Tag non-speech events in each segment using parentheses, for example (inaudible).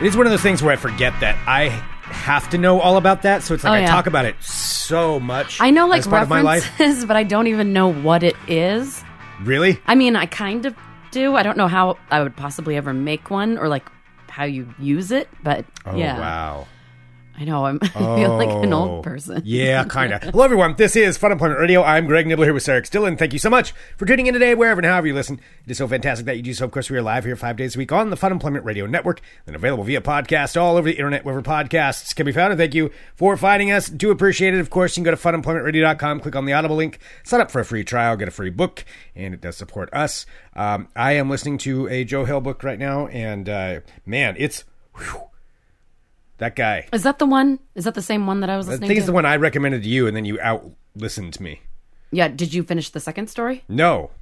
It is one of those things where I forget that I have to know all about that. So it's like Oh, I yeah. talk about it so much. I know like as part of my life. references, (laughs) but I don't even know what it is. Really? I mean, I kind of do. I don't know how I would possibly ever make one or like how you use it, but Oh yeah. wow. I know. I'm, (laughs) I feel like an Oh. old person. (laughs) Yeah, kind of. Hello, everyone. This is Fun Employment Radio. I'm Greg Nibbler here with Sarah Dillon. Thank you so much for tuning in today, wherever and however you listen. It is so fantastic that you do so. Of course, we are live here five days a week on the Fun Employment Radio Network and available via podcast all over the internet, wherever podcasts can be found. And thank you for finding us. Do appreciate it. Of course, you can go to funemploymentradio.com, click on the Audible link, sign up for a free trial, get a free book, and it does support us. Um, I am listening to a Joe Hill book right now, and uh, man, it's. whew, that guy. Is that the one? Is that the same one that I was I listening think to? it's the one I recommended to you, and then you out listened me. yeah. Did you finish the second story? No,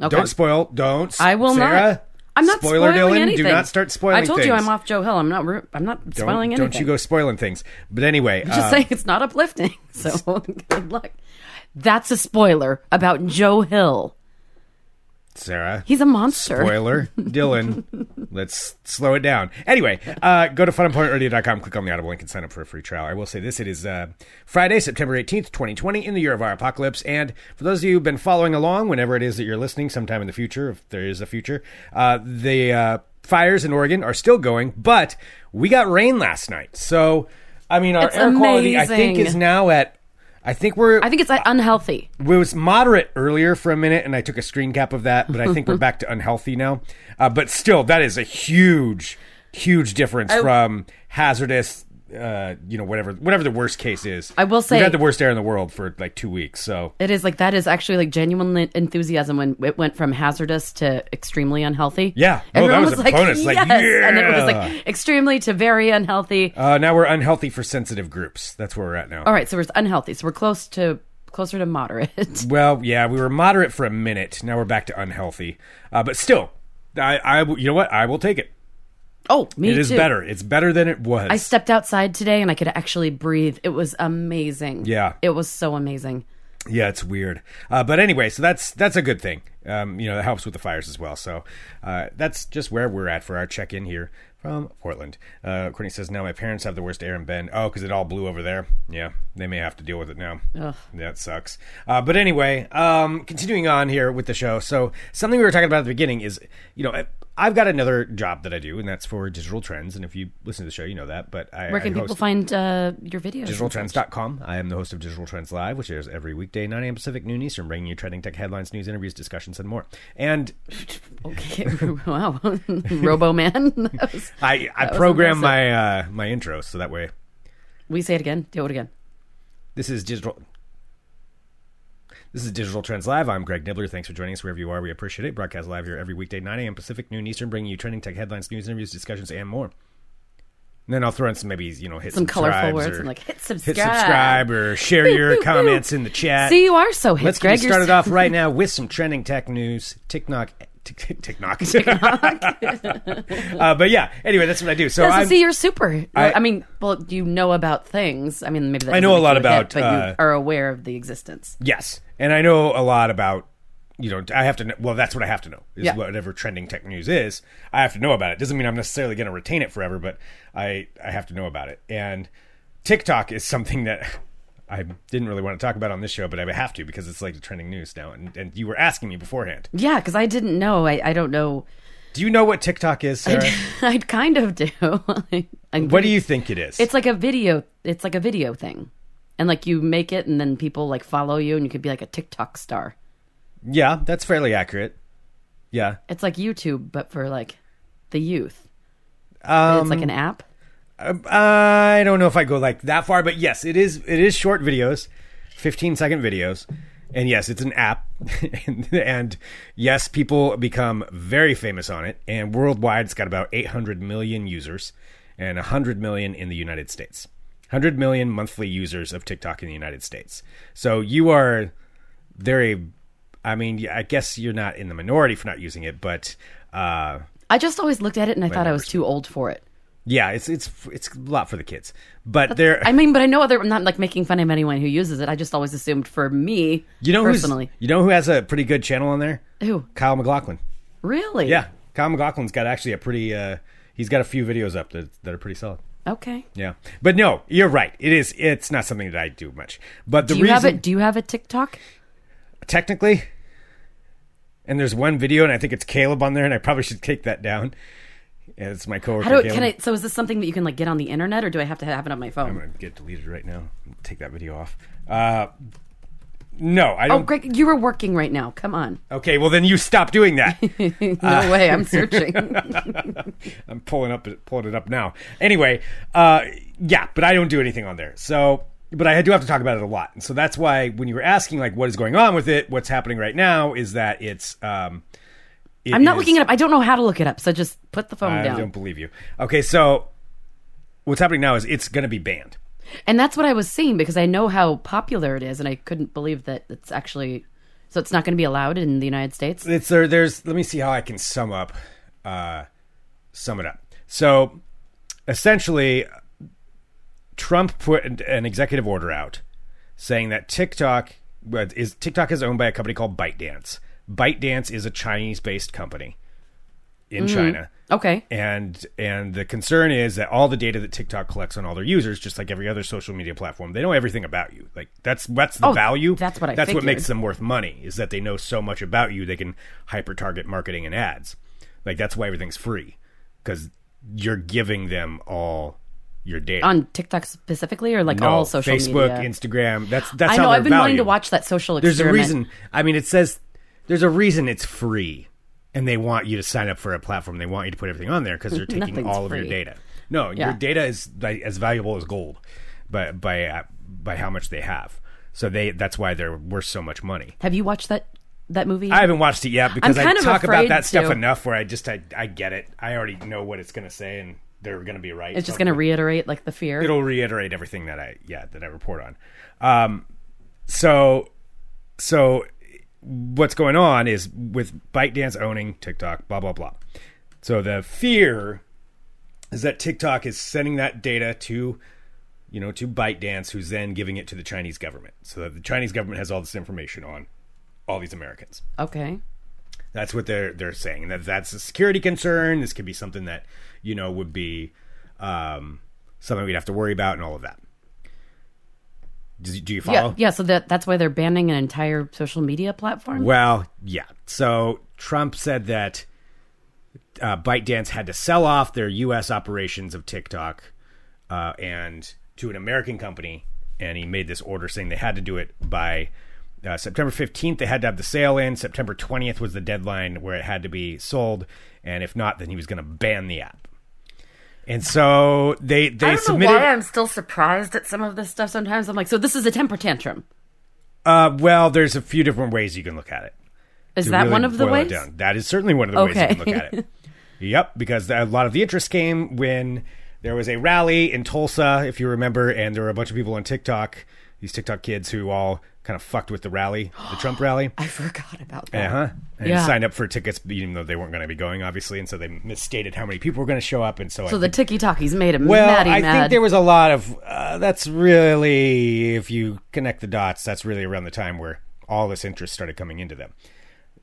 Okay. don't spoil. Don't. I will Sarah, not. I'm not spoiler spoiling Dylan, anything. Do not start spoiling. I told you things. I'm off Joe Hill. I'm not. ru- I'm not Don't, spoiling anything. Don't you go spoiling things. But anyway, (laughs) Just uh, saying, it's not uplifting. (laughs) So good luck. That's a spoiler about Joe Hill. Sarah. He's a monster. Spoiler, (laughs) Dylan. Let's slow it down. Anyway, uh, go to funemploymentradio.com, click on the Audible link, and sign up for a free trial. I will say this: it is uh, Friday, September eighteenth, twenty twenty, in the year of our apocalypse. And for those of you who've been following along, whenever it is that you're listening, sometime in the future, if there is a future, uh, the uh, fires in Oregon are still going, but we got rain last night, so I mean, our It's air quality, I think, amazing. is now at. I think we're I think it's like, unhealthy. it was moderate earlier for a minute, and I took a screen cap of that, but I think (laughs) we're back to unhealthy now. Uh, but still, that is a huge, huge difference from hazardous. Uh, you know, whatever, whatever the worst case is. I will say- we had the worst air in the world for like two weeks. So It is like that is actually like genuine enthusiasm when it went from hazardous to extremely unhealthy. Yeah. No, that everyone was a like, bonus, yes, like, and then it was yeah. like extremely to very unhealthy. uh, now we're unhealthy for sensitive groups. That's where we're at now. All right, so we're unhealthy. So we're close to closer (laughs) to moderate. Well, yeah, we were moderate for a minute. Now we're back to unhealthy. Uh, but still, I, I, will- you know what? I will take it. oh, me It is too. better. It's better than it was. I stepped outside today and I could actually breathe. It was amazing. Yeah. it was so amazing. Yeah, it's weird. Uh, but anyway, so that's that's a good thing. Um, you know, that helps with the fires as well. So uh, that's just where we're at for our check in here from Portland. Uh, Courtney says, now my parents have the worst air in Bend. Oh, because it all blew over there. Yeah, they may have to deal with it now. That sucks. Uh, but anyway, um, continuing on here with the show. So something we were talking about at the beginning is, you know, I- I've got another job that I do, and that's for digital trends. And if you listen to the show, you know that. But I, Where can I host- people find uh, your videos? DigitalTrends.com. I am the host of Digital Trends Live, which airs every weekday, 9 a.m. Pacific, noon Eastern, bringing you trending tech headlines, news, interviews, discussions, and more. And (laughs) Okay. wow, (laughs) Robo Man. (laughs) That was- I, I was program my impressive. uh, my intro so that way we say it again. Do it again. this is digital. This is Digital Trends Live. I'm Greg Nibbler. Thanks for joining us wherever you are. We appreciate it. Broadcast live here every weekday, 9 a.m. Pacific, noon Eastern, bringing you trending tech headlines, news, interviews, discussions, and more. And then I'll throw in some maybe you know hit Some colorful subscribes words or and like hit subscribe. hit subscribe or share your boop, (laughs) boop. comments in the chat. See, you are so hip, Let's Greg. get You're started so- off (laughs) right now with some trending tech news. TikTok. tick- TikTok. (laughs) uh, but yeah, anyway, that's what I do. So Yes, I'm, I see, you're super. I- I, mean, well, you know about things. I mean, maybe that I know doesn't a lot make you about, hip, but uh, you are aware of the existence. yes, and I know a lot about. You know, I have to. Know, well, that's what I have to know is Yeah. whatever trending tech news is. I have to know about it. Doesn't mean I'm necessarily going to retain it forever, but I I have to know about it. And TikTok is something that I didn't really want to talk about on this show, but I have to because it's like the trending news now. And, and you were asking me beforehand. Yeah, because I didn't know. I, I don't know. (laughs) Do you know what TikTok is, Sarah? I kind of do. (laughs) I- what I'm do pretty- you think it is? It's like a video. It's like a video thing, and like you make it, and then people like follow you, and you could be like a TikTok star. Yeah, that's fairly accurate. Yeah. It's like YouTube, but for like the youth. it's Um, like an app. I don't know if I go like that far, but yes, it is it is short videos, 15 second videos. And yes, it's an app. (laughs) and, and yes, people become very famous on it. And worldwide, it's got about 800 million users and 100 million in the United States. 100 million monthly users of TikTok in the United States. So you are they're a I mean, I guess you're not in the minority for not using it, but uh I just always looked at it and I thought I was too old for it. yeah, it's it's it's a lot for the kids. But they're I mean, but I know other. I'm not like making fun of anyone who uses it. I just always assumed for me, You know personally. who's you know who has a pretty good channel on there? Who? Kyle McLaughlin. Really? Yeah, Kyle McLaughlin's got actually a pretty uh, he's got a few videos up that that are pretty solid. Okay. Yeah, but no, you're right. It is. It's not something that I do much. But the Do you reason, have it? Do you have a TikTok? technically, and there's one video, and I think it's Caleb on there, and I probably should take that down. Yeah, it's my coworker. How do I, Caleb. can I? So is this something that you can like get on the internet, or do I have to have it on my I'm phone? gonna get deleted right now. Take that video off. Uh, no, I Oh, don't. Greg, you were working right now. Come on. (laughs) Okay, well then you stop doing that. No Uh, way. (laughs) I'm searching. I'm pulling up pulling it up now. Anyway, uh, yeah, but I don't do anything on there. So, but I do have to talk about it a lot. And so that's why when you were asking like what is going on with it, what's happening right now is that it's um I'm not looking it up. I don't know how to look it up. So just put the phone I down. don't believe you. Okay, so what's happening now is it's going to be banned. And that's what I was seeing because I know how popular it is, and I couldn't believe that it's actually. So it's not going to be allowed in the United States. It's there there's let me see how I can sum up uh sum it up. So essentially Trump put an- an executive order out saying that TikTok but is TikTok is owned by a company called ByteDance. ByteDance is a Chinese-based company in China. Okay. And and the concern is that all the data that TikTok collects on all their users, just like every other social media platform, they know everything about you. Like that's that's the Oh, value. that's what I That's what figured. makes them worth money is that they know so much about you they can hyper target marketing and ads. Like that's why everything's free because you're giving them all your data On TikTok specifically, or like No, all social Facebook, media. Instagram. That's that's I how know. they're I've been wanting to valued. watch that social There's a experiment. reason. I mean, it says there's a reason it's free, and they want you to sign up for a platform. They want you to put everything on there because (laughs) they're taking Nothing's all of your free. data. No, Yeah. your data is like, as valuable as gold, but by uh, by how much they have. So they that's why they're worth so much money. Have you watched that that movie? I haven't watched it yet because I kind of talk about afraid that stuff to. enough where I just I, I get it. I already know what it's going to say, and they're going to be right. it's just So- going to reiterate like the fear. it'll reiterate everything that I yeah that I report on. Um, so so what's going on is with ByteDance owning TikTok, blah blah blah. So the fear is that TikTok is sending that data to you know to ByteDance, who's then giving it to the Chinese government, so that the Chinese government has all this information on all these Americans. okay. That's what they're they're saying. That that's a security concern. This could be something that you know would be um, something we'd have to worry about and all of that. Do, do you Yeah. follow? Yeah. So that that's why they're banning an entire social media platform. Well, yeah. So Trump said that uh, ByteDance had to sell off their U.S. operations of TikTok uh, and to an American company, and he made this order saying they had to do it by uh, September 15th. They had to have the sale in. September 20th was the deadline where it had to be sold, and if not, then he was going to ban the app. And so they they submitted. I'm still surprised at some of this stuff. Sometimes I'm like, so this is a temper tantrum. Uh, well, there's a few different ways you can look at it. Is to that really one of the boil it ways? down. That is certainly one of the ways Okay. (laughs) you can look at it. yep, because a lot of the interest came when there was a rally in Tulsa, if you remember, and there were a bunch of people on TikTok, these TikTok kids who all kind of fucked with the rally, the Trump (gasps) rally. I forgot about that. Uh huh. And Yeah. signed up for tickets, even though they weren't going to be going, obviously. And so they misstated how many people were going to show up. And so, I So the ticky talkies made him well, mad. I think mad. there was a lot of. Uh, that's really, if you connect the dots, that's really around the time where all this interest started coming into them.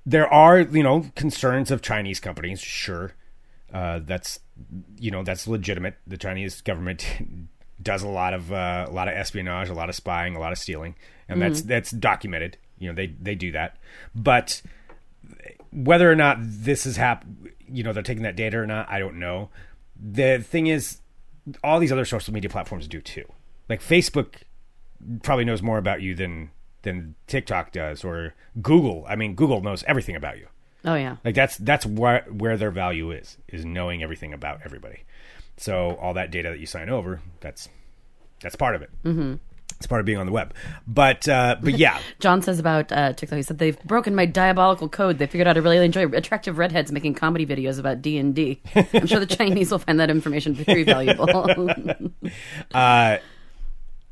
There are, you know, concerns of Chinese companies. Sure, uh, that's, you know, that's legitimate. The Chinese government (laughs) does a lot of uh, a lot of espionage, a lot of spying, a lot of stealing, and that's that's documented. You know, they they do that, but whether or not this is hap you know they're taking that data or not i don't know the thing is all these other social media platforms do too like facebook probably knows more about you than than tiktok does or google i mean google knows everything about you oh yeah. like that's that's where where their value is is knowing everything about everybody so all that data that you sign over that's that's part of it mm-hmm. it's part of being on the web but uh but yeah John says about uh, TikTok. He said they've broken my diabolical code. They figured out I really enjoy attractive redheads making comedy videos about D and D. I'm sure the (laughs) Chinese will find that information (laughs) very valuable.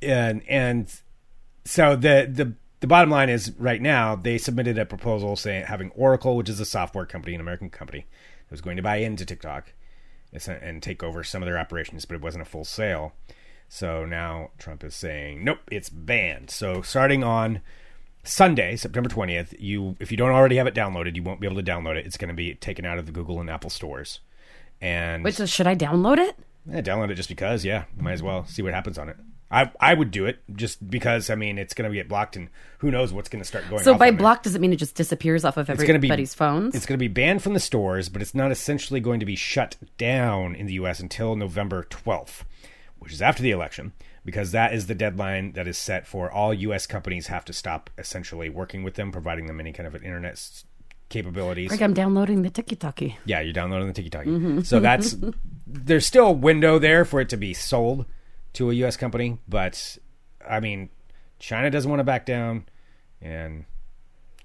and and so the the the bottom line is right now they submitted a proposal saying having Oracle, which is a software company, an American company, that was going to buy into TikTok and s- and take over some of their operations, but it wasn't a full sale. So now Trump is saying, nope, it's banned. So starting on Sunday, September twentieth, you if you don't already have it downloaded, you won't be able to download it. It's going to be taken out of the Google and Apple stores, And Wait, so should I download it? Yeah, download it just because. Yeah, might as well see what happens on it. I I would do it just because. I mean, it's going to get blocked, and who knows what's going to start going. So off by on there. block, does it mean it just disappears off of gonna be- everybody's phones? it's going to be banned from the stores, but it's not essentially going to be shut down in the U.S. until November 12th, which is after the election, because that is the deadline that is set for all U.S. companies have to stop essentially working with them, providing them any kind of an internet s- capabilities. like I'm downloading the TikToki. Yeah, you're downloading the Tiki Talkie. Mm-hmm. So (laughs) that's there's still a window there for it to be sold to a U.S. company, but I mean, China doesn't want to back down, and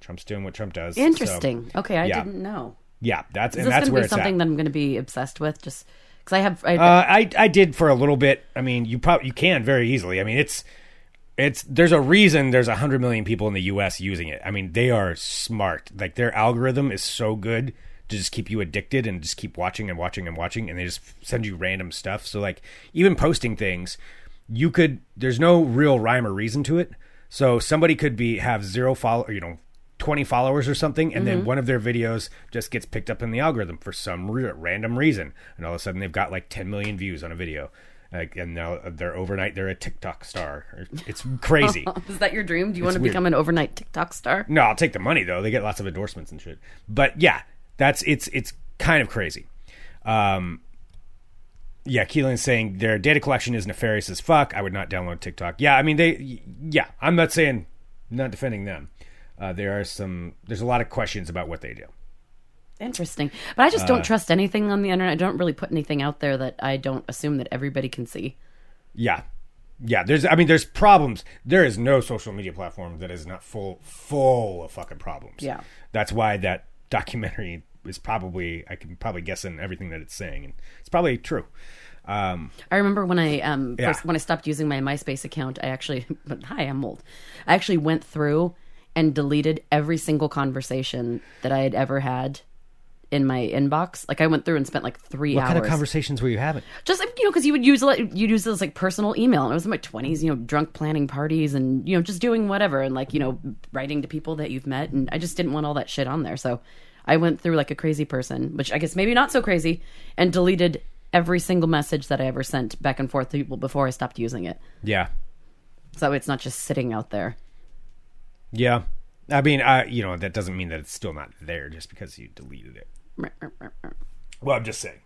Trump's doing what Trump does. so- Interesting. okay, I yeah. didn't know. yeah, that's Is and this that's going where to be it's at. something that I'm going to be obsessed with? Just because I have, I, Uh, I I did for a little bit. I mean, you probably you can very easily. I mean, it's it's there's a reason there's a hundred million people in the U.S. using it. I mean, they are smart. Like their algorithm is so good to just keep you addicted and just keep watching and watching and watching, and they just send you random stuff. So like even posting things, you could there's no real rhyme or reason to it. So somebody could be have zero follow, you know, 20 followers or something, and then one of their videos just gets picked up in the algorithm for some re- random reason, and all of a sudden they've got like 10 million views on a video, like, and now they're overnight they're a TikTok star. It's (laughs) crazy. is that your dream? Do you want to Uh, weird. become an overnight TikTok star? no, I'll take the money though. They get lots of endorsements and shit. But yeah, that's it's it's kind of crazy. Um, yeah, Keelan's saying their data collection is nefarious as fuck. I would not download TikTok. Yeah, I mean they. Yeah, I'm not saying, not defending them. Uh, there are some. There's a lot of questions about what they do. Interesting. But I just Uh, don't trust anything on the internet. I don't really put anything out there that I don't assume that everybody can see. Yeah. Yeah, there's I mean there's problems. There is no social media platform that is not full full of fucking problems. Yeah. That's why that documentary is probably I can probably guess in everything that it's saying and it's probably true. Um I remember when I um Yeah. first, when I stopped using my MySpace account, I actually (laughs) but hi, I'm old. I actually went through and deleted every single conversation that I had ever had in my inbox. Like I went through and spent like three what hours. kind of conversations were you having? Just like you know, because you would use like, you'd use this like personal email, and I was in my twenties, you know, drunk planning parties and you know just doing whatever, and like you know writing to people that you've met, and I just didn't want all that shit on there, so I went through like a crazy person, which I guess maybe not so crazy, and deleted every single message that I ever sent back and forth to people before I stopped using it, Yeah. so it's not just sitting out there. Yeah. I mean, I you know, that doesn't mean that it's still not there just because you deleted it. Well, I'm just saying.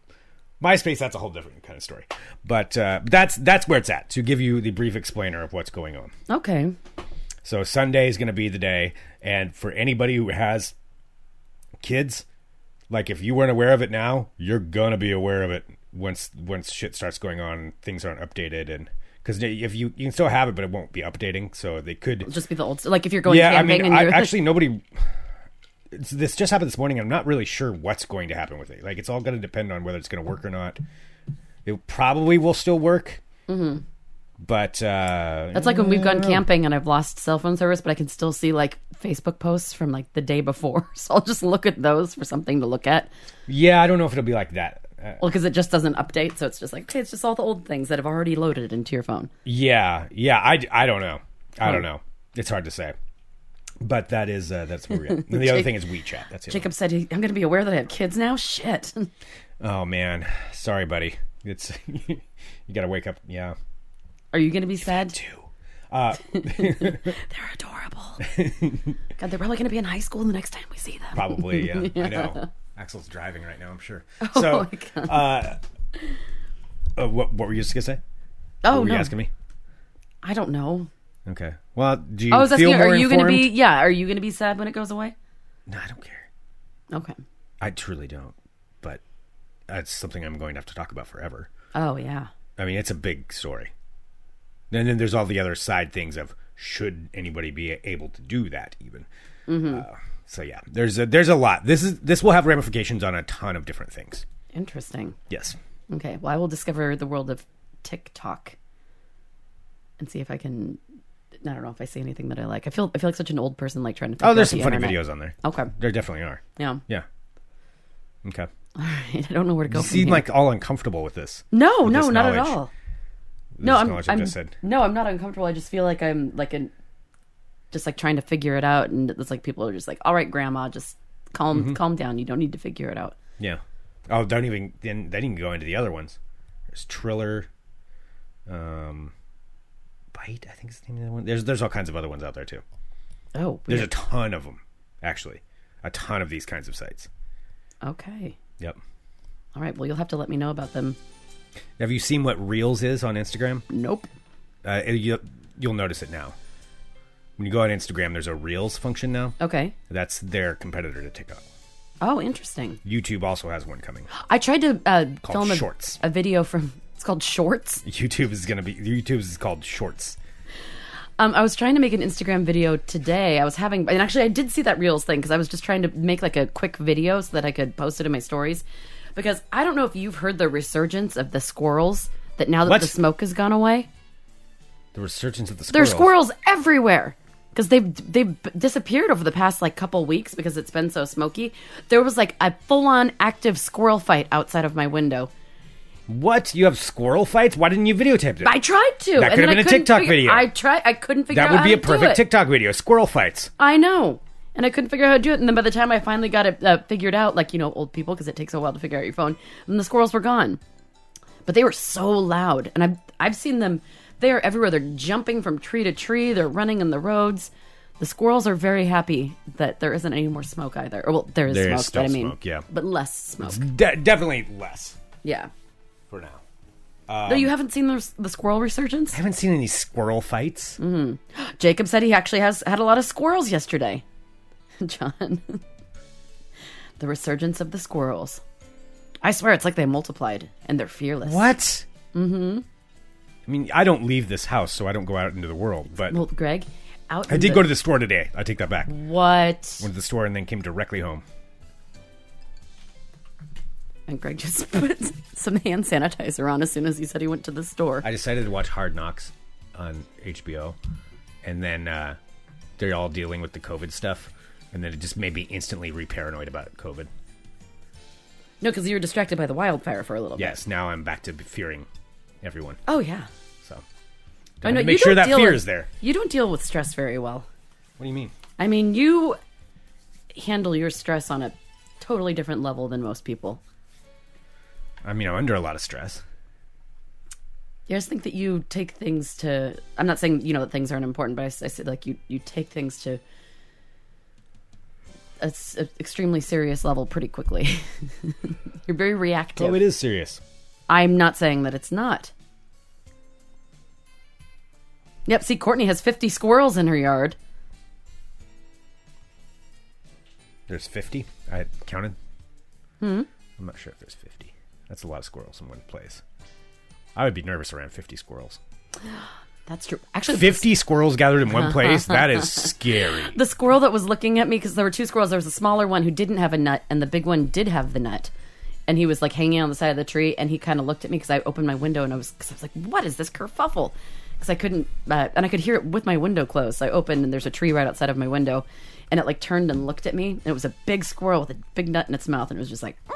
MySpace, that's a whole different kind of story. But uh, that's that's where it's at, to give you the brief explainer of what's going on. Okay, So Sunday is going to be the day, and for anybody who has kids, like if you weren't aware of it now, you're gonna be aware of it once once shit starts going on, and things aren't updated, and because if you you can still have it, but it won't be updating, so they could. just be the old like if you're going yeah, I camping mean, and I, you're actually nobody. It's, this just happened this morning. I'm not really sure what's going to happen with it. Like it's all going to depend on whether it's going to work or not. It probably will still work, but uh, That's like when we've gone camping and I've lost cell phone service, but I can still see like Facebook posts from like the day before. (laughs) So I'll just look at those for something to look at. yeah, I don't know if it'll be like that. Uh, Well, because it just doesn't update. So it's just like, okay, it's just all the old things that have already loaded into your phone. Yeah, yeah. I, I don't know. I Hmm. don't know. It's hard to say. But that is uh, that's where we're at. And the other Jake- thing is WeChat. That's it. Jacob said, he- I'm going to be aware that I have kids now. Shit. (laughs) Oh man, sorry, buddy. It's (laughs) you got to wake up. Yeah. Are you going to be sad? Two. They're adorable. (laughs) God, they're probably going to be in high school the next time we see them. Probably. Yeah. (laughs) I know. Axel's driving right now. I'm sure. Oh, So, my God. uh, what what were you just gonna say? (laughs) oh What were no. you asking me? I don't know. Okay. Well, do you I was feel asking, more are you informed? going to be, yeah, are you going to be sad when it goes away? No, I don't care. Okay. I truly don't. But that's something I'm going to have to talk about forever. Oh, yeah. I mean, it's a big story. And then there's all the other side things of should anybody be able to do that even. Mm-hmm. Uh, so yeah, there's a, there's a lot. This is this will have ramifications on a ton of different things. Interesting. Yes. Okay, well, I will discover the world of TikTok and see if I can. I don't know if I see anything that I like. I feel I feel like such an old person, like trying to. figure Oh, there's some out the funny internet. videos on there. Okay, There definitely are. yeah. (laughs) Yeah. Okay. I don't know where to go. You from seem here. like all uncomfortable with this. no, no, this not at knowledge. all. No, I'm, knowledge I've I'm just said. no, I'm not uncomfortable. I just feel like I'm like an, just like trying to figure it out, Mm-hmm. and it's like people are just like, "All right, grandma, just calm, calm down. You don't need to figure it out." Yeah. Oh, don't even then they didn't go into the other ones. There's Triller, um, Bite. I think is the name of the one. There's there's all kinds of other ones out there too. Oh, There's a weird. ton of them, actually, a ton of these kinds of sites. okay. Yep. All right. Well, you'll have to let me know about them. Have you seen what Reels is on Instagram? Nope. Uh, you, you'll notice it now. When you go on Instagram, there's a Reels function now. Okay. That's their competitor to TikTok. Oh, interesting. YouTube also has one (gasps) coming. I tried to uh, Called film a, Shorts. a video from. It's called Shorts. YouTube is gonna be YouTube is called Shorts. Um, I was trying to make an Instagram video today. I was having, and actually, I did see that Reels thing because I was just trying to make like a quick video so that I could post it in my stories. Because I don't know if you've heard the resurgence of the squirrels that now that What? the smoke has gone away, The resurgence of the there's squirrels. squirrels everywhere because they've they've disappeared over the past like couple weeks because it's been so smoky. There was like a full on active squirrel fight outside of my window. What? You have squirrel fights? Why didn't you videotape it? I tried to. That and could have been then a I couldn't TikTok figure- video. I tried. I couldn't figure that out would how be a to do perfect it. TikTok video. Squirrel fights. I know. And I couldn't figure out how to do it. And then by the time I finally got it uh, figured out, like, you know, old people, because it takes a while to figure out your phone, and the squirrels were gone. But they were so loud. And I've, I've seen them, they are everywhere. They're jumping from tree to tree, they're running in the roads. The squirrels are very happy that there isn't any more smoke either. Or, well, there is There is smoke, still but I mean, smoke, yeah. Mm-hmm. but less smoke. De- definitely less Yeah. for now. no, Um, you haven't seen the, the squirrel resurgence? I haven't seen any squirrel fights. Jacob said he actually has had a lot of squirrels yesterday. (laughs) John. the resurgence of the squirrels. I swear it's like they multiplied and they're fearless. What? Mm-hmm. I mean, I don't leave this house, so I don't go out into the world. But Well, Greg, out I did go to the store today. I take that back. Went what? to the store and then came directly home. And Greg just (laughs) put some hand sanitizer on as soon as he said he went to the store. I decided to watch Hard Knocks on HBO, and then uh, they're all dealing with the COVID stuff, and then it just made me instantly re paranoid about COVID. no, because you were distracted by the wildfire for a little bit. Yes, now I'm back to fearing everyone. Oh yeah. So I know, make you sure don't that deal fear with- is there. You don't deal with stress very well. What do you mean? I mean, you handle your stress on a totally different level than most people. I mean, I'm under a lot of stress. Yeah, I just think that you take things to. I'm not saying you know that things aren't important, but I, s- I said like you you take things to a, s- a extremely serious level pretty quickly. (laughs) You're very reactive. Oh, it is serious. I'm not saying that it's not. Yep. See, Courtney has 50 squirrels in her yard. There's 50. I counted. Hmm. I'm not sure if there's 50. That's a lot of squirrels in one place. I would be nervous around 50 squirrels. That's true. Actually, 50 squirrels gathered in one place? That (laughs) is scary. Uh-huh. the squirrel that was looking at me because there were two squirrels. There was a smaller one who didn't have a nut, and the big one did have the nut. And he was like hanging on the side of the tree, and he kind of looked at me because I opened my window and I was cause I was like, "What is this kerfuffle?" Because I couldn't, uh, and I could hear it with my window closed. So I opened, and there's a tree right outside of my window, and it like turned and looked at me. And it was a big squirrel with a big nut in its mouth, and it was just like, (laughs)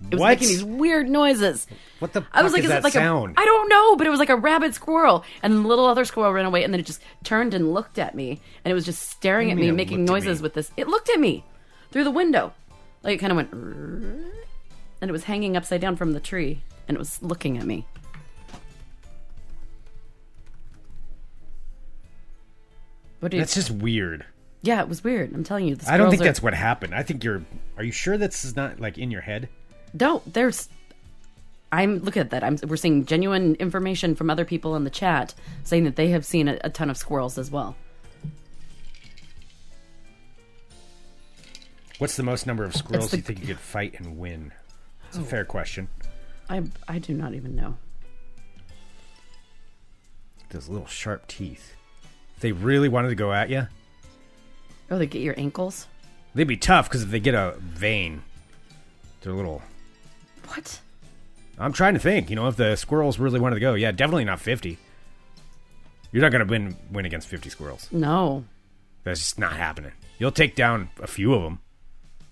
it was What? making these weird noises. What the I was fuck like, is is, that it like sound? a? I don't know, but it was like a rabid squirrel, and the little other squirrel ran away, and then it just turned and looked at me, and it was just staring at mean me, it making looked at noises me? with this. It looked at me through the window, like it kind of went, "Rrrr," and it was hanging upside down from the tree, and it was looking at me. What do you? That's just weird. yeah, it was weird. I'm telling you, the I don't squirrels think are- that's what happened. I think you're. Are you sure this is not like in your head? No, there's. I'm look at that. I'm we're seeing genuine information from other people in the chat saying that they have seen a, a ton of squirrels as well. What's the most number of squirrels the- Oh. you think you could fight and win? It's a fair question. I I do not even know. Those little sharp teeth. If they really wanted to go at you, Oh, they get your ankles. they'd be tough because if they get a vein, they're little. What? I'm trying to think. You know, if the squirrels really wanted to go, yeah, definitely not 50. You're not going to win win against 50 squirrels. No. That's just not happening. You'll take down a few of them,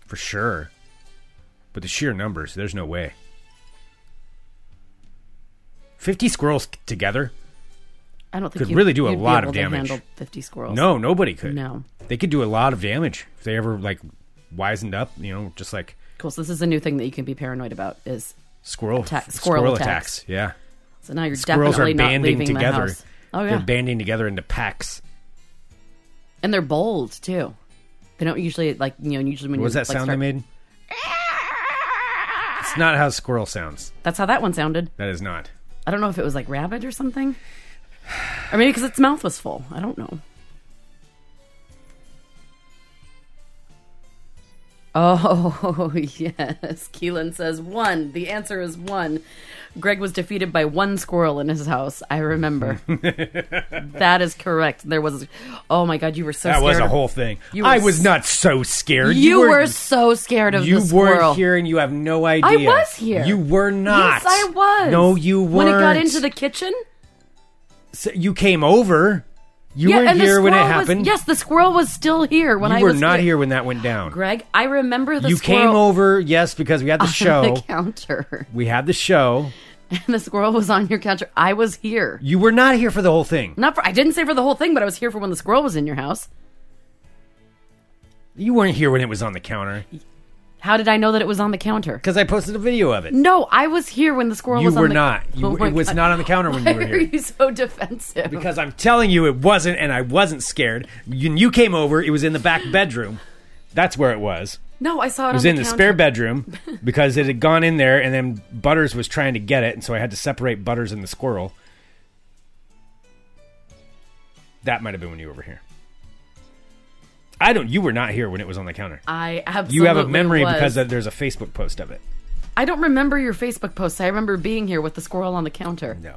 for sure. But the sheer numbers, there's no way. 50 squirrels c- together? I don't think Could you really do a you'd be lot able of to damage. handle Fifty squirrels. No, nobody could. No. They could do a lot of damage if they ever like wisened up, you know, just like Cool. So this is a new thing that you can be paranoid about is Squirrel, Attack- squirrel, squirrel attacks. attacks. Yeah. so now you're Squirrels definitely are not banding leaving the together. house. Oh They're yeah. banding together into packs. and they're bold too. They don't usually like you know usually when What was you, that like, sound start- they made? It's not how squirrel sounds. That's how that one sounded. That is not. I don't know if it was like rabid or something, or maybe because its mouth was full. I don't know. Oh (laughs) yes, Keelan says one. The answer is one. Greg was defeated by one squirrel in his house. (laughs) I remember. that is correct. There was. Oh my god, you were so. That scared was a of- whole thing. You I were was s- not so scared. You, were, so scared of You the squirrel. weren't here, and you have no idea. I was here. You were not. Yes, I was. No, you weren't. When it got into the kitchen, S- you came over. You yeah, weren't and the here when it squirrel happened. Was, yes, the squirrel was still here when you I were was not here when that went down. Greg, I remember the you squirrel came over, yes, because we had the (laughs) on show. the counter. (laughs) we had the show. the squirrel was on your counter. I was here. You were not here for the whole thing. Not for I didn't say for the whole thing, but I was here for when the squirrel was in your house. You weren't here when it was on the counter How did I know that it was on the counter? because I posted a video of it. No, I was here when the squirrel You was on were the Oh not. (laughs) You- my it was God. not on the counter when you Why (laughs) were Are here. you so defensive? Because I'm telling you, it wasn't, and I wasn't scared. You, you came over. It was in the back bedroom. That's where it was. no, I saw it, It was on in the counter. spare (laughs) bedroom because it had gone in there, and then Butters was trying to get it, and so I had to separate Butters and the squirrel. That might have been when you were over here. I don't. You were not here when it was on the counter. I absolutely You have a memory was. because that- there's a Facebook post of it. I don't remember your Facebook post. I remember being here with the squirrel on the counter. No,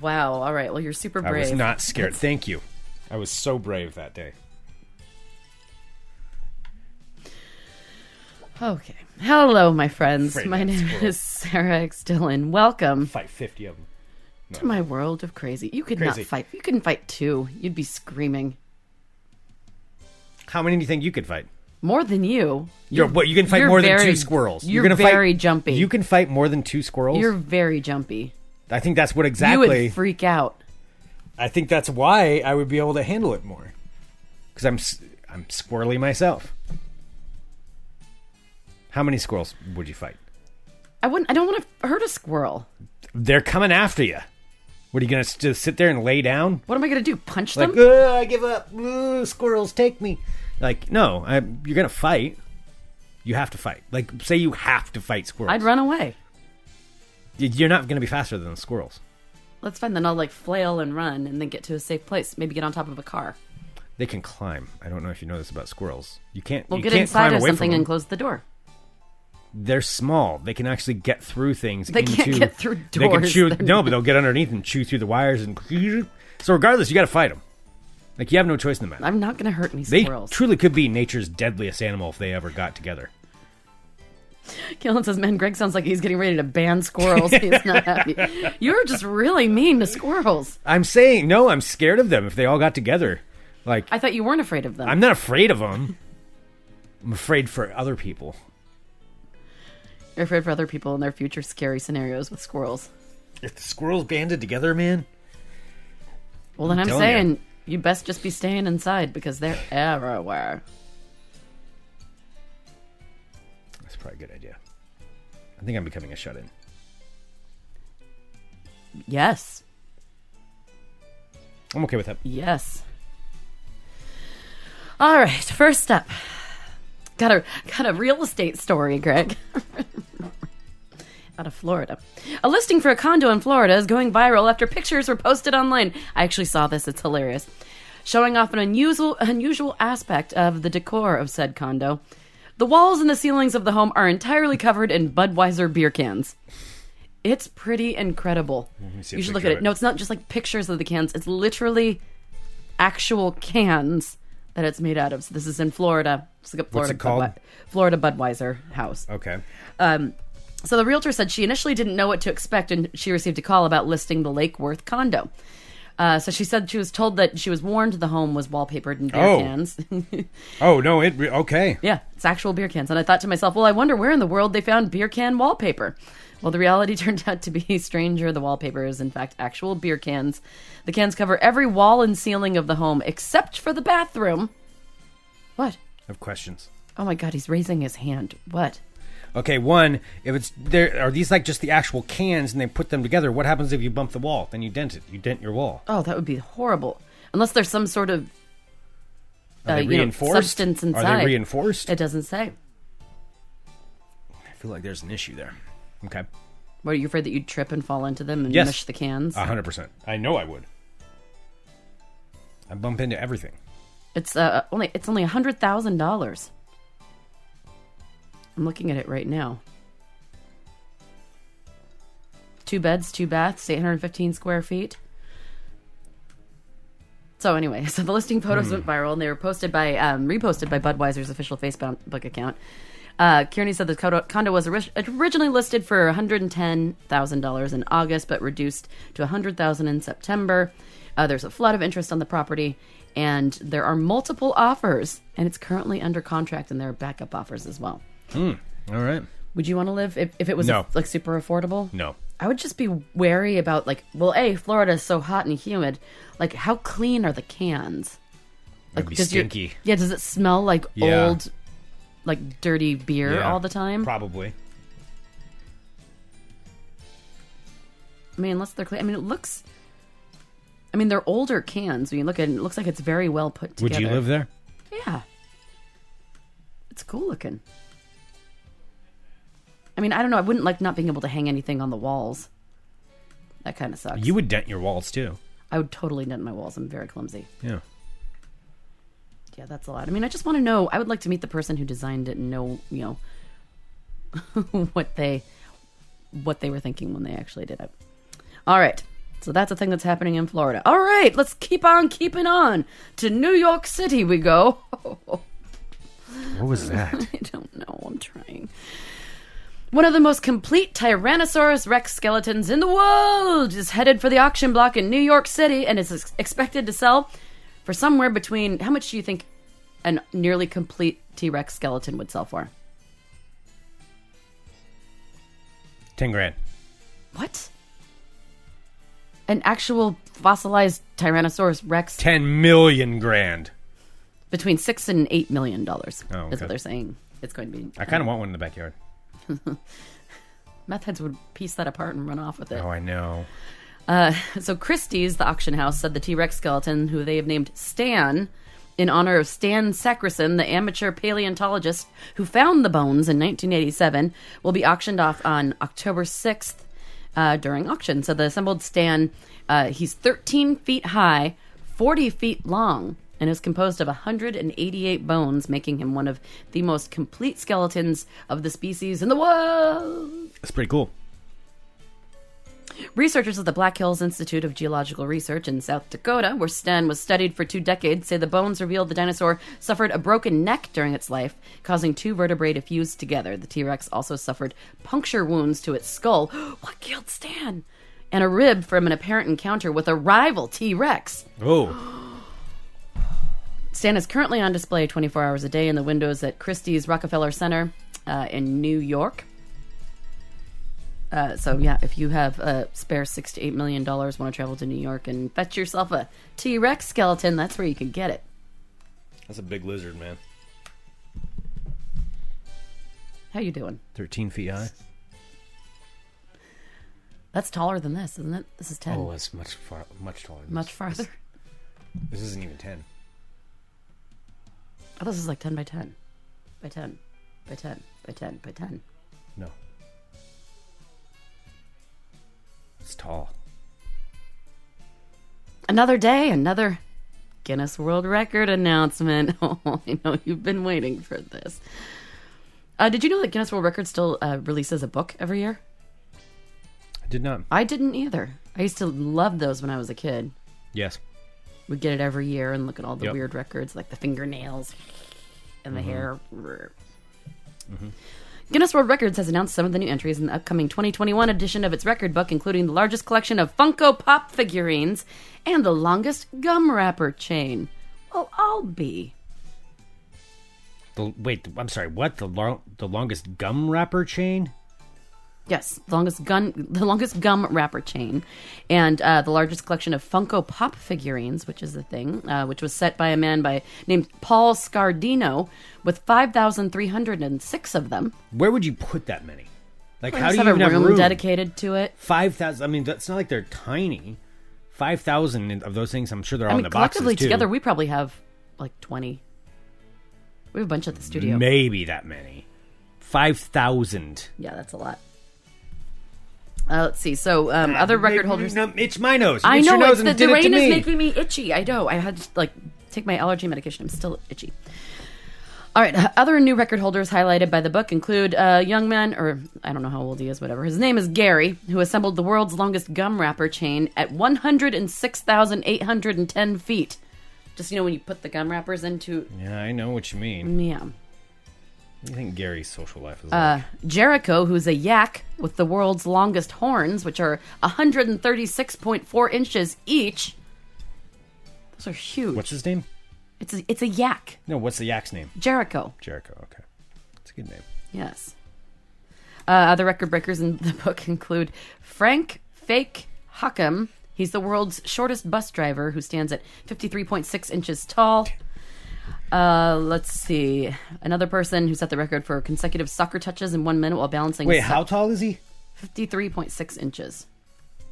Wow. All right. Well, you're super I brave. was not scared. Thank you. I was so brave that day. Okay. Hello, my friends. Afraid my of that name squirrel. is Sarah X. Dillon. Welcome Fight fifty of them. to my world of crazy. You could Crazy. not fight. You couldn't fight two. You'd be screaming How many do you think you could fight? more than you. You're, what you can fight you're more than very- two squirrels. you're gonna fight- very jumpy. You can fight more than two squirrels. You're very jumpy. I think that's what You exactly. would freak out. I think that's why I would be able to handle it more because I'm s- I'm squirrely myself. How many squirrels would you fight? I wouldn't. I don't want to hurt a squirrel. They're coming after you. What are you gonna s- just sit there and lay down? What am I going to do? Punch Like, them? "Ugh, I give up. Ugh, squirrels, take me. Like, no, I, you're gonna fight. You have to fight. Like, say you have to fight squirrels. I'd run away. You're not gonna be faster than the squirrels. That's fine. Then I'll like flail and run, and then get to a safe place. Maybe get on top of a car. They can climb. I don't know if you know this about squirrels. You can't. We'll you get can't inside climb of away something from and them. close the door. They're small. They can actually get through things. They can't into- get through They can doors. (laughs) chew. They're No, but they'll get underneath and chew through the wires. And (laughs) so, regardless, you got to fight them. Like you have no choice in the matter. I'm not going to hurt any They squirrels. truly could be nature's deadliest animal if they ever got together. Killen says, "Man, Greg sounds like he's getting ready to ban squirrels. He's (laughs) not happy. You're just really mean to squirrels. I'm saying no. I'm scared of them if they all got together. Like I thought you weren't afraid of them. I'm not afraid of them. I'm afraid for other people. You're afraid for other people and their future scary scenarios with squirrels. If the squirrels banded together, man, Well, then I'm, telling saying you. best just be staying inside because they're everywhere. that's probably a good idea. I think I'm becoming a shut-in. Yes, I'm okay with that. yes. All right, first up, got a got a real estate story, Greg." (laughs) Out of Florida. A listing for a condo in Florida is going viral after pictures were posted online. I actually saw this, it's hilarious. Showing off an unusual, unusual aspect of the decor of said condo. The walls and the ceilings of the home are entirely covered in Budweiser beer cans. It's pretty incredible. see a You should look picture of at it. it. No, it's not just like pictures of the cans, it's literally actual cans that it's made out of. So this is in Florida. Just look up Florida, it called? Budwe- Florida Budweiser house. Okay. Um, so the realtor said she initially didn't know what to expect, and she received a call about listing the Lake Worth condo. Uh, so she said she was told that she was warned the home was wallpapered in beer Oh. cans. (laughs) Oh no! It re- okay. yeah, it's actual beer cans. And I thought to myself, well, I wonder where in the world they found beer can wallpaper. Well, the reality (laughs) turned out to be stranger. The wallpaper is, in fact, actual beer cans. The cans cover every wall and ceiling of the home except for the bathroom. What? I have questions. Oh my god, he's raising his hand. What? Okay, one, if it's there, are these like just the actual cans and they put them together? What happens if you bump the wall? Then you dent it. You dent your wall. Oh, that would be horrible. Unless there's some sort of Are uh, they you know, reinforced? substance Are inside. they reinforced? it doesn't say. I feel like there's an issue there. Okay, Were you afraid that you'd trip and fall into them and Yes. Ah. mush the cans? a hundred percent. I know I would. I bump into everything. It's uh, only it's only a hundred thousand dollars. I'm looking at it right now. Two beds, two baths, 815 square feet. So anyway, (laughs) so the listing photos Hmm. went viral, and they were posted by um, reposted by Budweiser's official Facebook account. Uh, Kearney said the condo, condo was ori- originally listed for one hundred and ten thousand dollars in August, but reduced to one hundred thousand in September. Uh, there's a flood of interest on the property, and there are multiple offers, and it's currently under contract, and there are backup offers as well. All right. Would you want to live if, if it was No. like super affordable? No. I would just be wary about like, well, a Florida is so hot and humid. Like, how clean are the cans? It'd be does your- stinky. yeah, does it smell like Yeah. old, like dirty beer Yeah. all the time? Probably. I mean, unless they're clean. I mean, it looks. I mean, they're older cans. When you look at it, it looks like it's very well put Would together. you live there? Yeah. It's cool looking. I mean, I don't know. I wouldn't like not being able to hang anything on the walls. That kind of sucks. You would dent your walls too. I would totally dent my walls. I'm very clumsy. Yeah. Yeah, that's a lot. I mean, I just want to know. I would like to meet the person who designed it and know, you know, (laughs) what they what they were thinking when they actually did it. All right. So that's a thing that's happening in Florida. All right, let's keep on keeping on. To New York City we go. (laughs) What was that? I don't know. I'm trying. One of the most complete Tyrannosaurus Rex skeletons in the world is headed for the auction block in New York City and is ex- expected to sell for somewhere between. How much do you think a nearly complete T Rex skeleton would sell for? (laughs) Ten grand. What? An actual fossilized Tyrannosaurus Rex Ten million grand. between six and eight million dollars. Oh, That's okay. what they're saying. It's going to be. I kind of want one in the backyard. Meth heads would piece that apart and run off with it. Oh, I know. Uh, (laughs) So Christie's, the auction house, said the T Rex skeleton, who they have named Stan, in honor of Stan Sacrison, the amateur paleontologist who found the bones in 1987, will be auctioned off on October 6th uh, during auction. So the assembled Stan, uh, he's 13 feet high, 40 feet long, and is composed of 188 bones, making him one of the most complete skeletons of the species in the world. That's pretty cool. Researchers at the Black Hills Institute of Geological Research in South Dakota, where Stan was studied for two decades, say the bones revealed the dinosaur suffered a broken neck during its life, causing two vertebrae to fuse together. The T Rex also suffered puncture wounds to its skull. (gasps) what killed Stan? And a rib from an apparent encounter with a rival T Rex. Oh, Stan is currently on display 24 hours a day in the windows at Christie's Rockefeller Center uh, in New York. Uh, so yeah, if you have a spare six to eight million dollars, want to travel to New York and fetch yourself a T Rex skeleton, that's where you can get it. (gasps) that's a big lizard, man. How you doing? Thirteen feet high. That's taller than this, isn't it? This is ten, Oh, that's much far, much taller. Than much farther. This isn't even ten. Oh, this is like ten by ten, by ten, by ten, by ten, by ten. No. It's tall. Another day, another Guinness World Record announcement. (laughs) Oh, I know you've been waiting for this. Uh, did you know that Guinness World Records still uh, releases a book every year? I did not. I didn't either. I used to love those when I was a kid. Yes. We'd get it every year and look at all the Yep. weird records, like the fingernails and the hair. Guinness World Records has announced some of the new entries in the upcoming 2021 edition of its record book, including the largest collection of Funko Pop figurines and the longest gum wrapper chain. Well, I'll be. The wait. I'm sorry. What the long, the longest gum wrapper chain? Yes, the longest gun, the longest gum wrapper chain, and uh, the largest collection of Funko Pop figurines, which is the thing, uh, which was set by a man by named Paul Scardino, with five thousand three hundred and six of them. Where would you put that many? Like, how Just do you have even a have room, room? dedicated to it. Five thousand. I mean, it's not like they're tiny. Five thousand of those things. I'm sure they're all I in the mean, boxes collectively too. together, we probably have like twenty. We have a bunch at the studio. Maybe that many. Five thousand. Yeah, that's a lot. Uh, let's see. So, um, Ah, other record holders. No, itch my nose. I Itch know your nose it's and the, did the it to rain me. is making me itchy. I know. I had to like take my allergy medication. I'm still itchy. All right. uh, Other new record holders highlighted by the book include uh, young man, or I don't know how old he is, whatever. His name is Gary, who assembled the world's longest gum wrapper chain at 106,810 feet. Just you know when you put the gum wrappers into Yeah, I know what you mean. yeah. What do you think Gary's social life is Mm. Uh, Jericho, who's a yak with the world's longest horns, which are 136.4 inches each. Those are huge. What's his name? It's a, it's a yak. No, what's the yak's name? Jericho. Jericho. Okay, it's a good name. Yes. Uh, other record breakers in (laughs) the book include Frank Fake Huckam. He's the world's shortest bus driver who stands at 53.6 inches tall. Uh, let's see. Another person who set the record for consecutive soccer touches in one minute while balancing Wait, a how tall is he? 53.6 inches.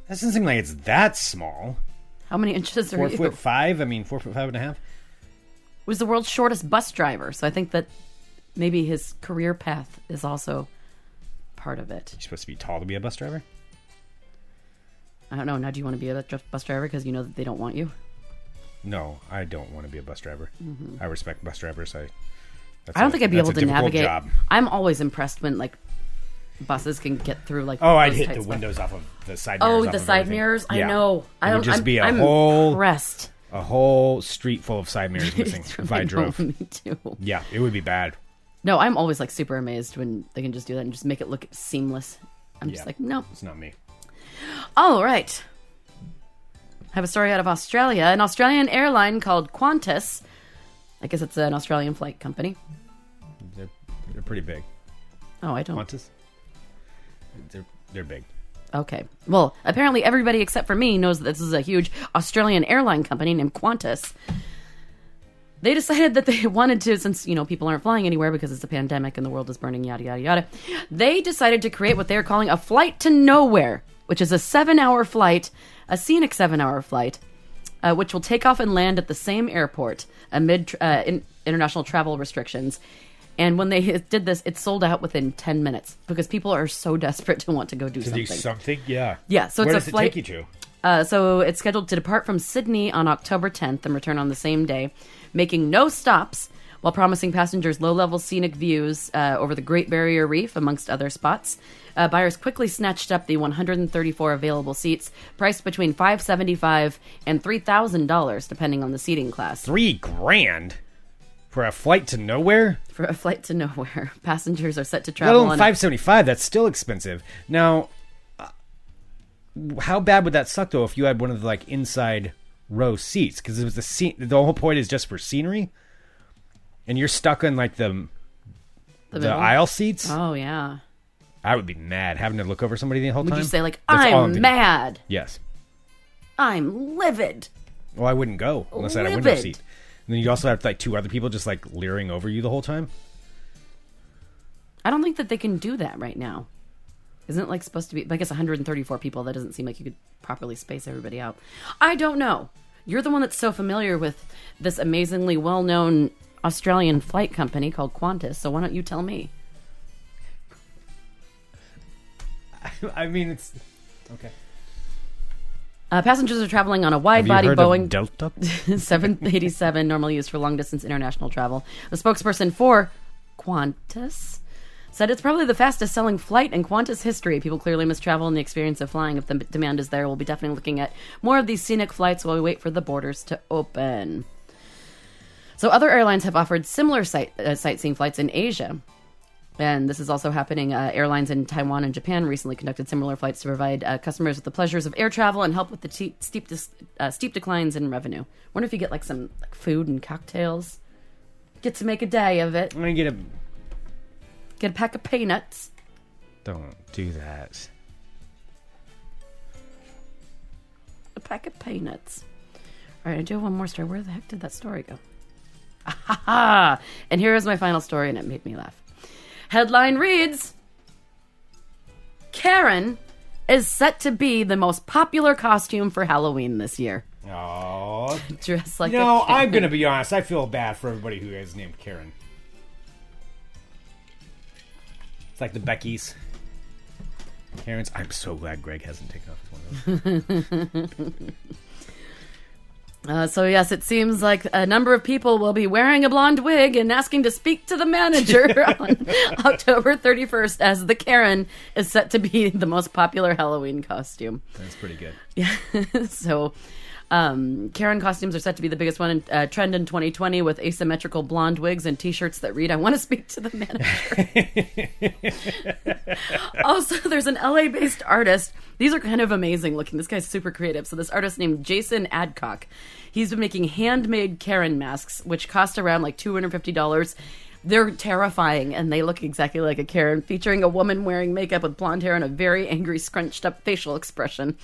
That doesn't seem like it's that small. How many inches are Four you? foot five. I mean, four foot five and a half. Was the world's shortest bus driver, so I think that maybe his career path is also part of it. You're supposed to be tall to be a bus driver. I don't know. Now, do you want to be a dr- bus driver because you know that they don't want you? No, I don't want to be a bus driver. I respect bus drivers. I. That's Mm-hmm. I don't a- think I'd be that's able a to difficult navigate. Job. I'm always impressed when like buses can get through like. Oh, I'd those tight hit the spots. windows off of the side. Oh, mirrors off the of side everything. mirrors. I Yeah. know. I It don't. would just I'm, be a I'm whole (laughs) impressed. a whole street full of side mirrors missing if I know, (laughs) drove. Me too. Yeah, it would be bad. No, I'm always like super amazed when they can just do that and just make it look seamless. I'm Yeah. just like, no. It's not me. All right. I have a story out of Australia. An Australian airline called Qantas. I guess it's an Australian flight company. They're they're pretty big. Oh, I don't. Qantas. They're they're big. Okay. Well, apparently everybody except for me knows that this is a huge Australian airline company named Qantas. They decided that they (laughs) wanted to, since, you know, people aren't flying anywhere because it's a pandemic and the world is burning, yada, yada, yada. They decided to create what they're calling a flight to nowhere, which is a seven hour flight, a scenic seven hour flight, uh, which will take off and land at the same airport amid uh, in- international travel restrictions. And when they (laughs) did this, it sold out within 10 minutes because people are so (laughs) desperate to want to go do something. something. Yeah. Yeah, so Where it's does a flight. it take you to? Uh, so it's scheduled to depart from Sydney on October 10th and return on the same day, making no stops while promising passengers low-level scenic views uh, over the Great Barrier Reef, amongst other spots. Uh, buyers quickly snatched up the 134 available seats, priced between 575 and 3,000 dollars, depending on the seating class. (laughs) Three grand for a flight to nowhere. For a flight to nowhere, (laughs) passengers are set to Let travel alone on. five seventy five. That's still expensive. Now, uh, how bad would that suck though if you had one of the like inside row seats? Because it was the scene. The whole point is just for scenery, and you're stuck in like the the, middle? aisle seats. oh yeah. I would be mad having to look over somebody the whole Would time. you say like That's all I'm I'm thinking. mad? Yes. I'm livid. Well, I wouldn't go unless I had a window Livid. seat. And then you also have like two other people just like leering over you the whole time. (laughs) I don't think that they can do that right now. Isn't it like supposed to be? I guess 134 people. That doesn't seem like you could properly space everybody out. I don't know. You're the one that's so familiar with this amazingly well-known Australian flight company called Qantas. So why don't you tell me? I mean, it's okay. Uh, passengers are traveling on a Have you wide-body heard Boeing of Delta? (laughs) 787, normally used for long distance international travel. The spokesperson for Qantas said it's probably the fastest selling flight in Qantas history. People clearly miss travel and the experience of flying. If the demand is there, we'll be definitely looking at more of these scenic flights while we wait for the borders to open. So, other airlines have offered similar sight, uh, sightseeing flights in Asia. And this is also happening. Uh, airlines in Taiwan and Japan recently conducted similar flights to provide uh, customers with the pleasures of air travel and help with the te- steep dis- uh, steep declines in revenue. Wonder if you get like some like food and cocktails. Get to make a day of it. I'm gonna get a Get a pack of peanuts. Don't do that. A pack of peanuts. All right, I do have one more story. Where the heck did that story go? (laughs) Ah, and here is my final story, and it made me laugh. Headline reads Karen is set to be the most popular costume for Halloween this year. (laughs) Oh Dressed like no! a Karen. I'm gonna be honest. I feel bad for everybody who is named Karen. It's like the Beckys. Karens. I'm so glad Greg hasn't taken off his one of those. Uh, so, yes, it seems like a number of people will be wearing a blonde wig and asking to speak to (laughs) the manager on October 31st as the Karen is set to be the most popular Halloween costume. That's pretty good. (laughs) so um, Karen costumes are set to be the biggest one in, uh, trend in 2020 with asymmetrical blonde wigs and t-shirts that read "I want to speak to the manager." (laughs) also, there's an LA-based artist. These are kind of amazing looking. This guy's super creative. So this artist named Jason Adcock, he's been making handmade Karen masks, which cost around like 250 dollars. They're terrifying and they look exactly like a Karen, featuring a woman wearing makeup with blonde hair and a very angry, scrunched up facial expression.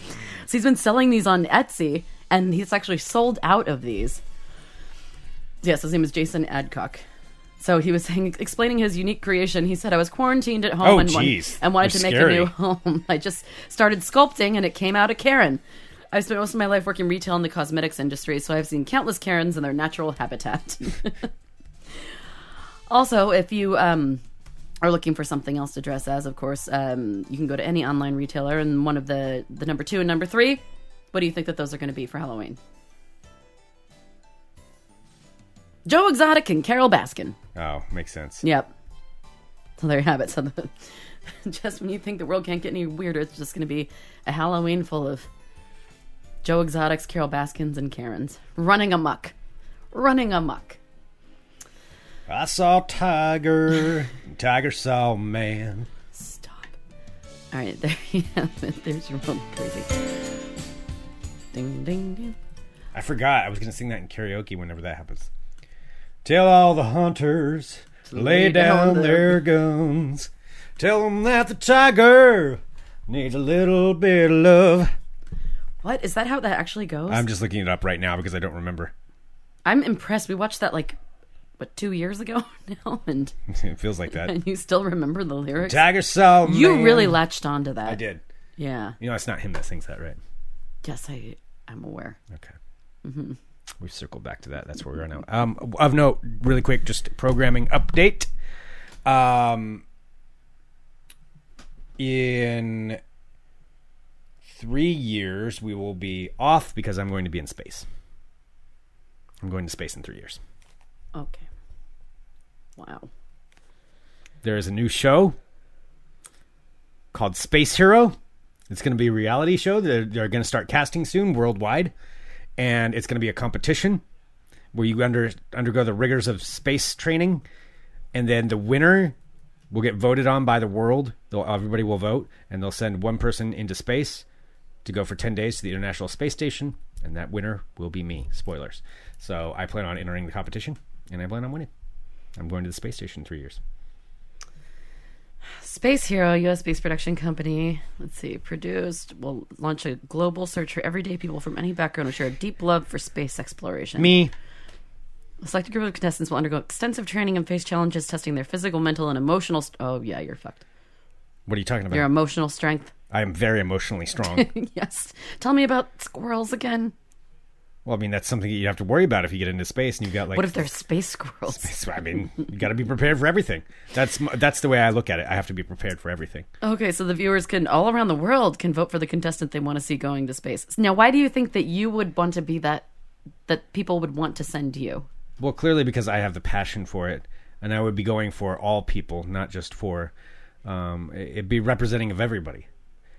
So he's been selling these on Etsy and he's actually sold out of these. Yes, his name is Jason Adcock. So he was (laughs) saying, explaining his unique creation. He said, "I was quarantined at home Oh, and, wan- jeez. and wanted They're to make scary. a new (laughs) home. I just started sculpting, and it came out a Karen. I spent most of my life working retail in the cosmetics industry, so I've seen countless Karens in their natural habitat." (laughs) Also, if you um, are looking for something else to dress as, of course, um, you can go to any online retailer. And one of the the number two and number three, what do you think that those are going to be for Halloween? Joe Exotic and Carol Baskin. Oh, makes sense. Yep. So there you have it. So the, (laughs) just when you think the world can't get any weirder, it's just going to be a Halloween full of Joe Exotics, Carol Baskins, and Karens running amok, running amok. I saw Tiger. Tiger saw man. Stop. All right, (laughs) there you have it. There's your world crazy. Ding, ding, ding. I forgot. I was gonna sing that in karaoke whenever that happens. Tell all the hunters to lay down their guns. Tell them that the tiger needs a little bit of love. What is that? How that actually goes? I'm I'm, just looking it up right now because I don't remember. (laughs) impressed. We watched that like what two years ago (laughs) now, and It feels like (laughs) that. and you still remember the lyrics. Tiger saw man. You really latched onto that. I did. Yeah. You know, it's not him that sings that, right? Yes, I am aware. Okay. We've circled back to that. That's where we are now. Um, of note, really quick, just programming update. Um, in three years, we will be off because I'm going to be in space. I'm going to space in three years. Okay. Wow. There is a new show called Space Hero. It's going to be a reality show. They're, they're going to start casting soon worldwide, and it's going to be a competition where you under undergo the rigors of space training, and then the winner will get voted on by the world. They'll, everybody will vote, and they'll send one person into space to go for ten days to the International Space Station, and that winner will be me. Spoilers. So I plan on entering the competition, and I plan on winning. I'm going to the space station in three years. Space Hero, US based production company. Let's see, produced, will launch a global search for everyday people from any background who share a deep love for space exploration. Me. A selected group of contestants will undergo extensive training and face challenges testing their physical, mental, and emotional. St- oh, yeah, you're fucked. What are you talking about? Your emotional strength. (laughs) I am very emotionally strong. yes. Tell me about squirrels again. well, I mean, that's something that you have to worry about if you get into space and you've got like. What if they're space squirrels? I mean, you got to be prepared for everything. That's m- that's the way I look at it. I have to be prepared for everything. Okay, so the viewers can all around the world can vote for the contestant they want to see going to space. Now, why do you think that you would want to be that? That people would want to send you. Well, clearly because I have the passion for it, and I would be going for all people, not just for. Um, it- it'd be representing of everybody.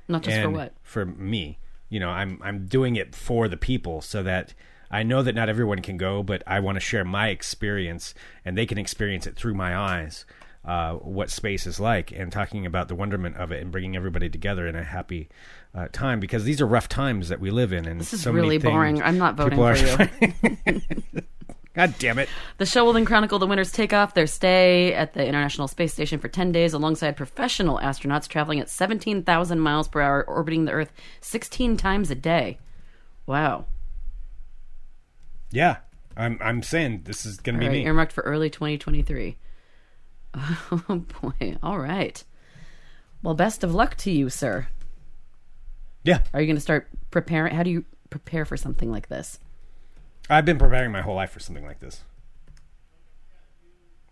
Not just for and what? for me you know i'm i'm doing it for the people so that i know that not everyone can go but i want to share my experience and they can experience it through my eyes uh, what space is like and talking about the wonderment of it and bringing everybody together in a happy uh, time because these are rough times that we live in and This is so many really things- (laughs) boring. I'm not voting people for are- you. God damn it. The show will then chronicle the winners take off their stay at the International Space Station for 10 days alongside professional astronauts traveling at 17,000 miles per hour, orbiting the Earth 16 times a day. Wow. Yeah. I'm I'm saying this is gonna be All right, me. earmarked for early 2023. (laughs) Oh, boy. All right. Well, best of luck to you, sir. yeah. Are you going to start preparing? How do you prepare for something like this? (laughs) I've been preparing my whole life for something like this.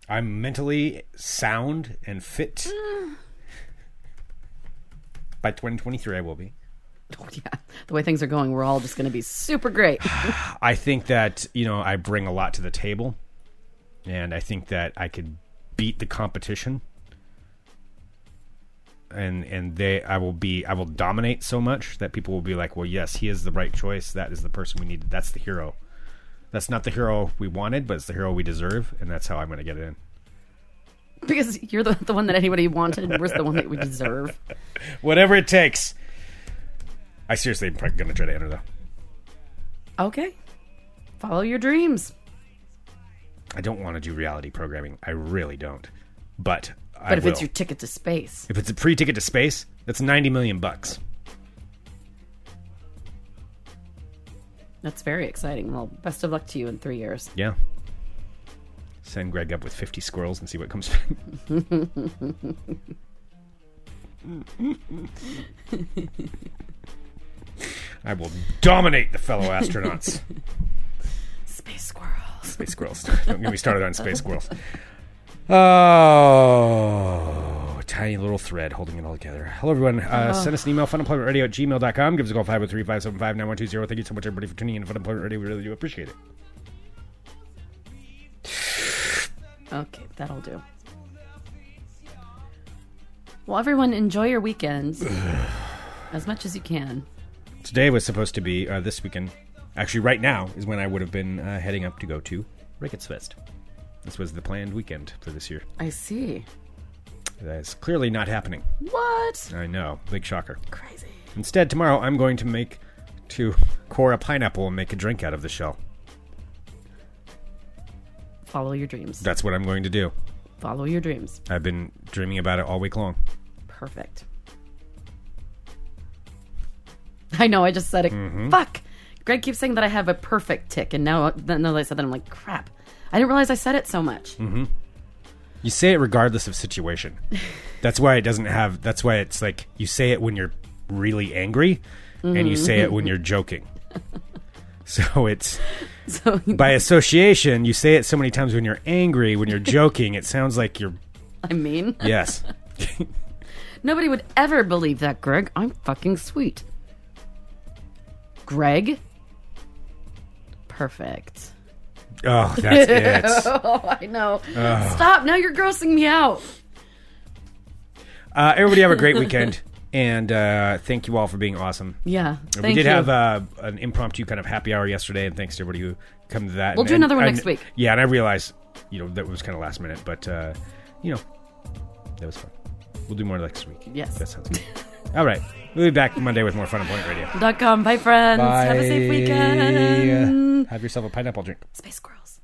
I'm mentally sound and fit. By 2023, I will be. Oh, yeah. The way things are going, we're all just going to be super great. (laughs) I think that, you know, I bring a lot to the table. And I think that I could beat the competition. And and they I will be I will dominate so much that people will be like, "Well, yes, he is the right choice. That is the person we needed. That's the hero." That's not the hero we wanted, but it's the hero we deserve, and that's how I'm going to get in. because you're the, the one that anybody wanted. We're the one that we deserve. Whatever it takes. I seriously am probably going to try to enter though. Okay. Follow your dreams. I don't want to do reality programming. I really don't. But I But if will. it's your ticket to space, If it's a free ticket to space, that's 90 million bucks. that's very exciting. Well, best of luck to you in three years. Yeah. Send Greg up with 50 squirrels and see what comes (laughs) back. I will dominate the fellow astronauts. Space squirrels. space squirrels. (laughs) Don't get me started on space squirrels. Oh, tiny little thread holding it all together. Hello, everyone. Uh, Send us an email, funemploymentradio at gmail.com. Give us a call, 503 575 9120. Thank you so much, everybody, for tuning in to Fun Employment Radio. We really do appreciate it. Okay, that'll do. Well, everyone, enjoy your weekends (sighs) as much as you can. Today was supposed to be uh, this weekend. Actually, right now is when I would have been uh, heading up to go to Ricketsfest. This was the planned weekend for this year. I see. That is clearly not happening. What? I know. Big shocker. Crazy. Instead, tomorrow I'm going to make to core a pineapple and make a drink out of the shell. Follow your dreams. That's what I'm going to do. Follow your dreams. I've been dreaming about it all week long. Perfect. I know, I just said it. Mm-hmm. Fuck. Greg keeps saying that I have a perfect tick, and now, now that I said that, I'm like, crap. I didn't realize I said it so much. Mm-hmm. You say it regardless of situation. that's why it doesn't have. That's why it's like you say it when you're really angry, and you say it when you're joking. (laughs) So it's So by association. You say it so many times when you're angry, when you're joking. It sounds like you're I mean, yes. (laughs) nobody would ever believe that, Greg. I'm fucking sweet. Greg? Perfect. Oh, that's it. (laughs) Oh, I know. Stop. Now you're grossing me out. Uh, everybody have a great weekend, and uh, thank you all for being awesome. Yeah. Thank we did you. have uh, an impromptu kind of happy hour yesterday, and thanks to everybody who come to that. We'll And- do another one and- next week. Yeah, and I realized, you know, that was kind of last minute, but uh, you know, that was fun. We'll do more next week. Yes. that sounds good. All right, we'll be back Monday with more Fun Employment Radio. Dot com. Bye, friends. Have a safe weekend. Have yourself a pineapple drink. Space squirrels.